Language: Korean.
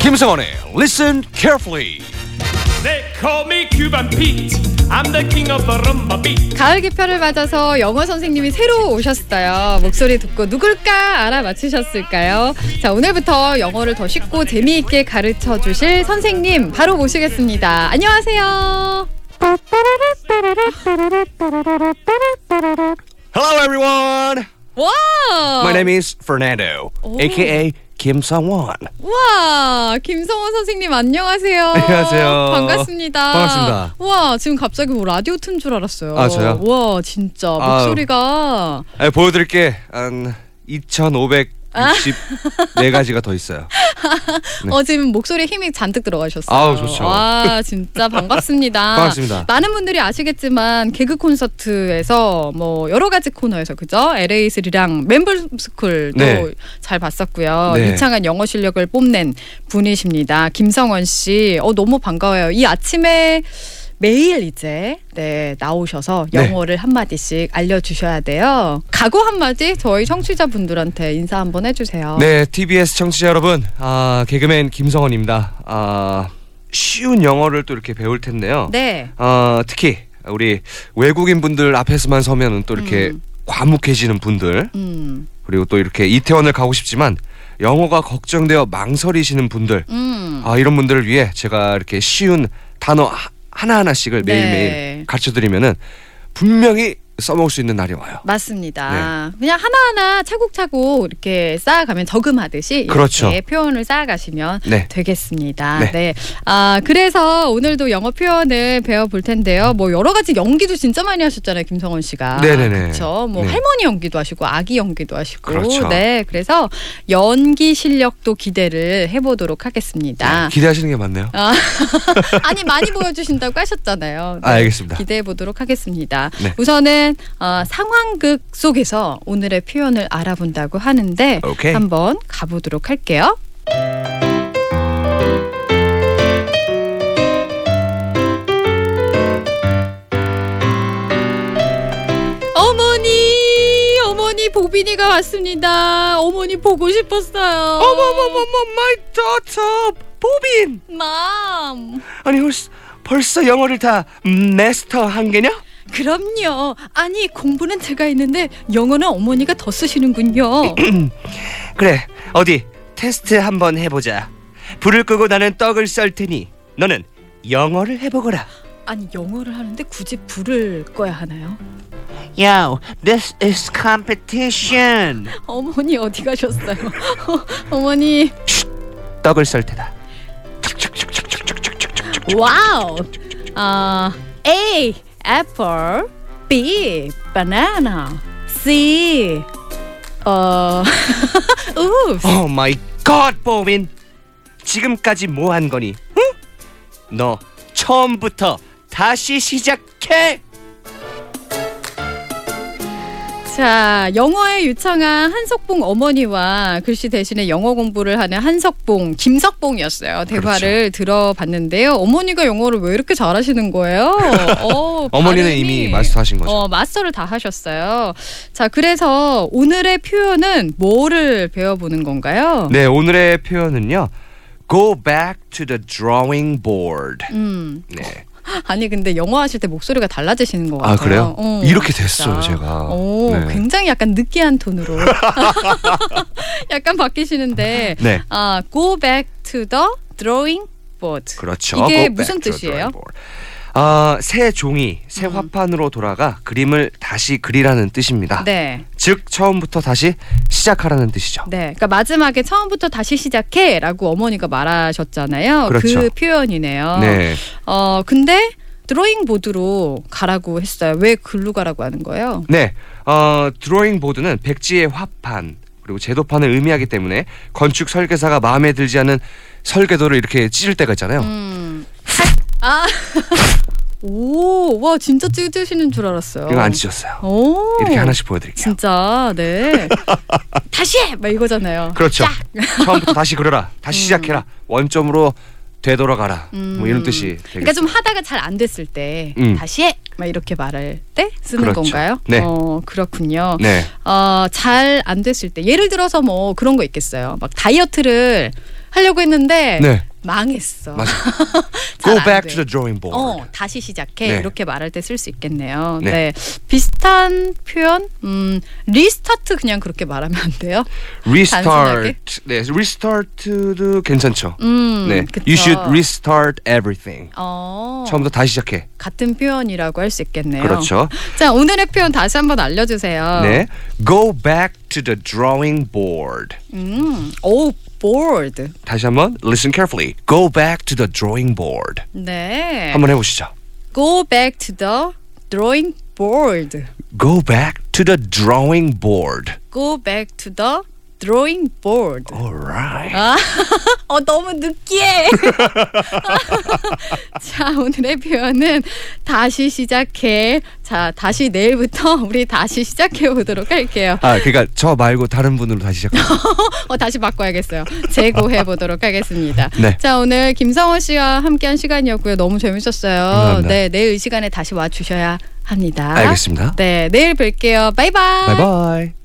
김성원의 Listen Carefully. They call me Cuban Pete. I'm the king of the rumba beat. 가을 개편을 맞아서 영어 선생님이 새로 오셨어요. 목소리 듣고 누굴까 알아 맞추셨을까요? 자, 오늘부터 영어를 더 쉽고 재미있게 가르쳐 주실 선생님 바로 모시겠습니다. 안녕하세요. Hello, everyone. 와! 어. My name is Fernando, Oh. aka Kim Sangwon. 와, 김성원 선생님 안녕하세요. 안녕하세요. 반갑습니다. 반갑습니다. 와, 지금 갑자기 뭐 라디오 튼 줄 알았어요. 아, 저요? 와, 진짜 아유. 목소리가 아, 보여드릴 게한 2,564가지가 더 있어요. 어 지금 목소리 힘이 잔뜩 들어가셨어요. 네. 아우, 좋죠. 와 진짜 반갑습니다. 반갑습니다. 많은 분들이 아시겠지만 개그 콘서트에서 뭐 여러 가지 코너에서 그죠? LA 스리랑 멤버스쿨도 네. 잘 봤었고요. 네. 유창한 영어 실력을 뽐낸 분이십니다. 김성원 씨, 어 너무 반가워요. 이 아침에. 매일 이제 네 나오셔서 네. 영어를 한 마디씩 알려주셔야 돼요. 각오 한 마디 저희 청취자분들한테 인사 한번 해주세요. 네, TBS 청취자 여러분, 아, 개그맨 김성원입니다. 아, 쉬운 영어를 또 이렇게 배울 텐데요. 네. 어, 특히 우리 외국인 분들 앞에서만 서면은 또 이렇게 과묵해지는 분들 음. 그리고 또 이렇게 이태원을 가고 싶지만 영어가 걱정되어 망설이시는 분들 음. 아, 이런 분들을 위해 제가 이렇게 쉬운 단어 하- 하나하나씩을 네. 매일매일 가르쳐 드리면은 분명히 써먹을 수 있는 날이 와요. 네. 맞습니다. 그냥 하나하나 차곡차곡 이렇게 쌓아가면 저금하듯이 이렇게 그렇죠. 표현을 쌓아가시면 네. 되겠습니다. 네. 네. 아 그래서 오늘도 영어 표현을 배워볼 텐데요. 뭐 여러 가지 연기도 진짜 많이 하셨잖아요, 김성원 씨가. 네네네. 그렇죠. 뭐 네. 할머니 연기도 하시고 아기 연기도 하시고. 그렇죠. 네. 그래서 연기 실력도 기대를 해보도록 하겠습니다. 기대하시는 게 맞네요. 아, 아니 많이 보여주신다고 하셨잖아요. 네, 아, 알겠습니다. 기대해 보도록 하겠습니다. 네. 우선은 어, 상황극 속에서 오늘의 표현을 알아본다고 하는데 오케이. 한번 가보도록 할게요. 어머니, 어머니 보빈이가 왔습니다. 어머니 보고 싶었어요. 어머머머머, my daughter, 보빈. 맘. 아니 혹시 벌써 영어를 다 마스터 한 개냐? 그럼요. 아니 공부는 제가 했는데 영어는 어머니가 더 쓰시는군요. 그래 어디 테스트 한번 해보자 불을 끄고 나는 떡을 썰 테니 너는 영어를 해보거라 아니 영어를 하는데 굳이 불을 꺼야 하나요? Yo, this is competition. 어머니 어디 가셨어요? 어머니 떡을 썰 테다 와우. 아 A apple, B banana, C 어 oops. 오 마이 갓 보민 지금까지 뭐 한 거니 응? 너 처음부터 다시 시작해 자, 영어에 유창한 한석봉 어머니와 글씨 대신에 영어 공부를 하는 한석봉, 김석봉이었어요. 그렇죠. 대화를 들어봤는데요. 어머니가 영어를 왜 이렇게 잘하시는 거예요? 어, 어머니는 발음이- 이미 마스터하신 거죠 어, 마스터를 다 하셨어요. 자, 그래서 오늘의 표현은 뭐를 배워보는 건가요? 네 오늘의 표현은요 go back to the drawing board 음, 네. 아니 근데 영어 하실 때 목소리가 달라지시는 것 같아요. 아, 그래요? 어, 이렇게 됐어요, 제가. 오, 네. 굉장히 약간 느끼한 톤으로 약간 바뀌시는데 네. 아, go back to the drawing board. 그렇죠. 이게 Go back 무슨 to the 뜻이에요? 음. drawing board. 아, 새 종이, 새 화판으로 돌아가 그림을 다시 그리라는 뜻입니다. 네, 즉 처음부터 다시 시작하라는 뜻이죠. 네. 그러니까 마지막에 처음부터 다시 시작해라고 어머니가 말하셨잖아요. 그 그렇죠. 표현이네요. 네. 어, 근데 드로잉 보드로 가라고 했어요. 왜 글로 가라고 하는 거예요? 네. 어, 드로잉 보드는 백지의 화판 그리고 제도판을 의미하기 때문에 건축 설계사가 마음에 들지 않은 설계도를 이렇게 찢을 때가 있잖아요. 음. 아. 오, 와 진짜 찢으시는 줄 알았어요. 이거 안 찢었어요. 오. 이렇게 하나씩 보여드릴게요. 진짜 네. 다시 해! 막 이거잖아요. 그렇죠. 처음부터 다시 그려라. 다시 시작해라. 원점으로 되돌아가라. 뭐 이런 뜻이 되겠습니다. 그러니까 좀 하다가 잘 안 됐을 때 음. 다시 해! 막 이렇게 말할 때 쓰는 그렇죠. 건가요? 네. 어, 그렇군요. 네. 어, 잘 안 됐을 때 예를 들어서 뭐 그런 거 있겠어요. 막 다이어트를 하려고 했는데 네. 망했어. 맞아. Go 잘안 back 돼. to the drawing board. 어, 다시 시작해 네. 이렇게 말할 때 쓸 수 있겠네요. 네. 네. 비슷한 표현 음, 리스타트 그냥 그렇게 말하면 안 돼요. Restart. 단순하게? 네, restart도 괜찮죠. 음, 네, 그쵸. you should restart everything. 어, 처음부터 다시 시작해. 같은 표현이라고 할 수 있겠네요. 그렇죠. 자, 오늘의 표현 다시 한번 알려주세요. 네, go back to the drawing board. 음, 오, bored. 다시 한번 listen carefully. Go back to the drawing board. 네. 한번 해보시죠. Go back to the drawing board. Go back to the drawing board. Go back to the drawing board. Alright. 아, 어, 너무 느끼해. 자, 오늘의 표현은 다시 시작해. 자, 다시 내일부터 우리 다시 시작해 보도록 할게요. 아, 그러니까 저 말고 다른 분으로 다시 시작. 어, 다시 바꿔야겠어요. 재고해 보도록 하겠습니다. 네. 자, 오늘 김성원 씨와 함께한 시간이었고요. 너무 재밌었어요. 감사합니다. 네, 내일 이 시간에 다시 와 주셔야 합니다. 알겠습니다. 네, 내일 뵐게요. 바이바이. 바이바이.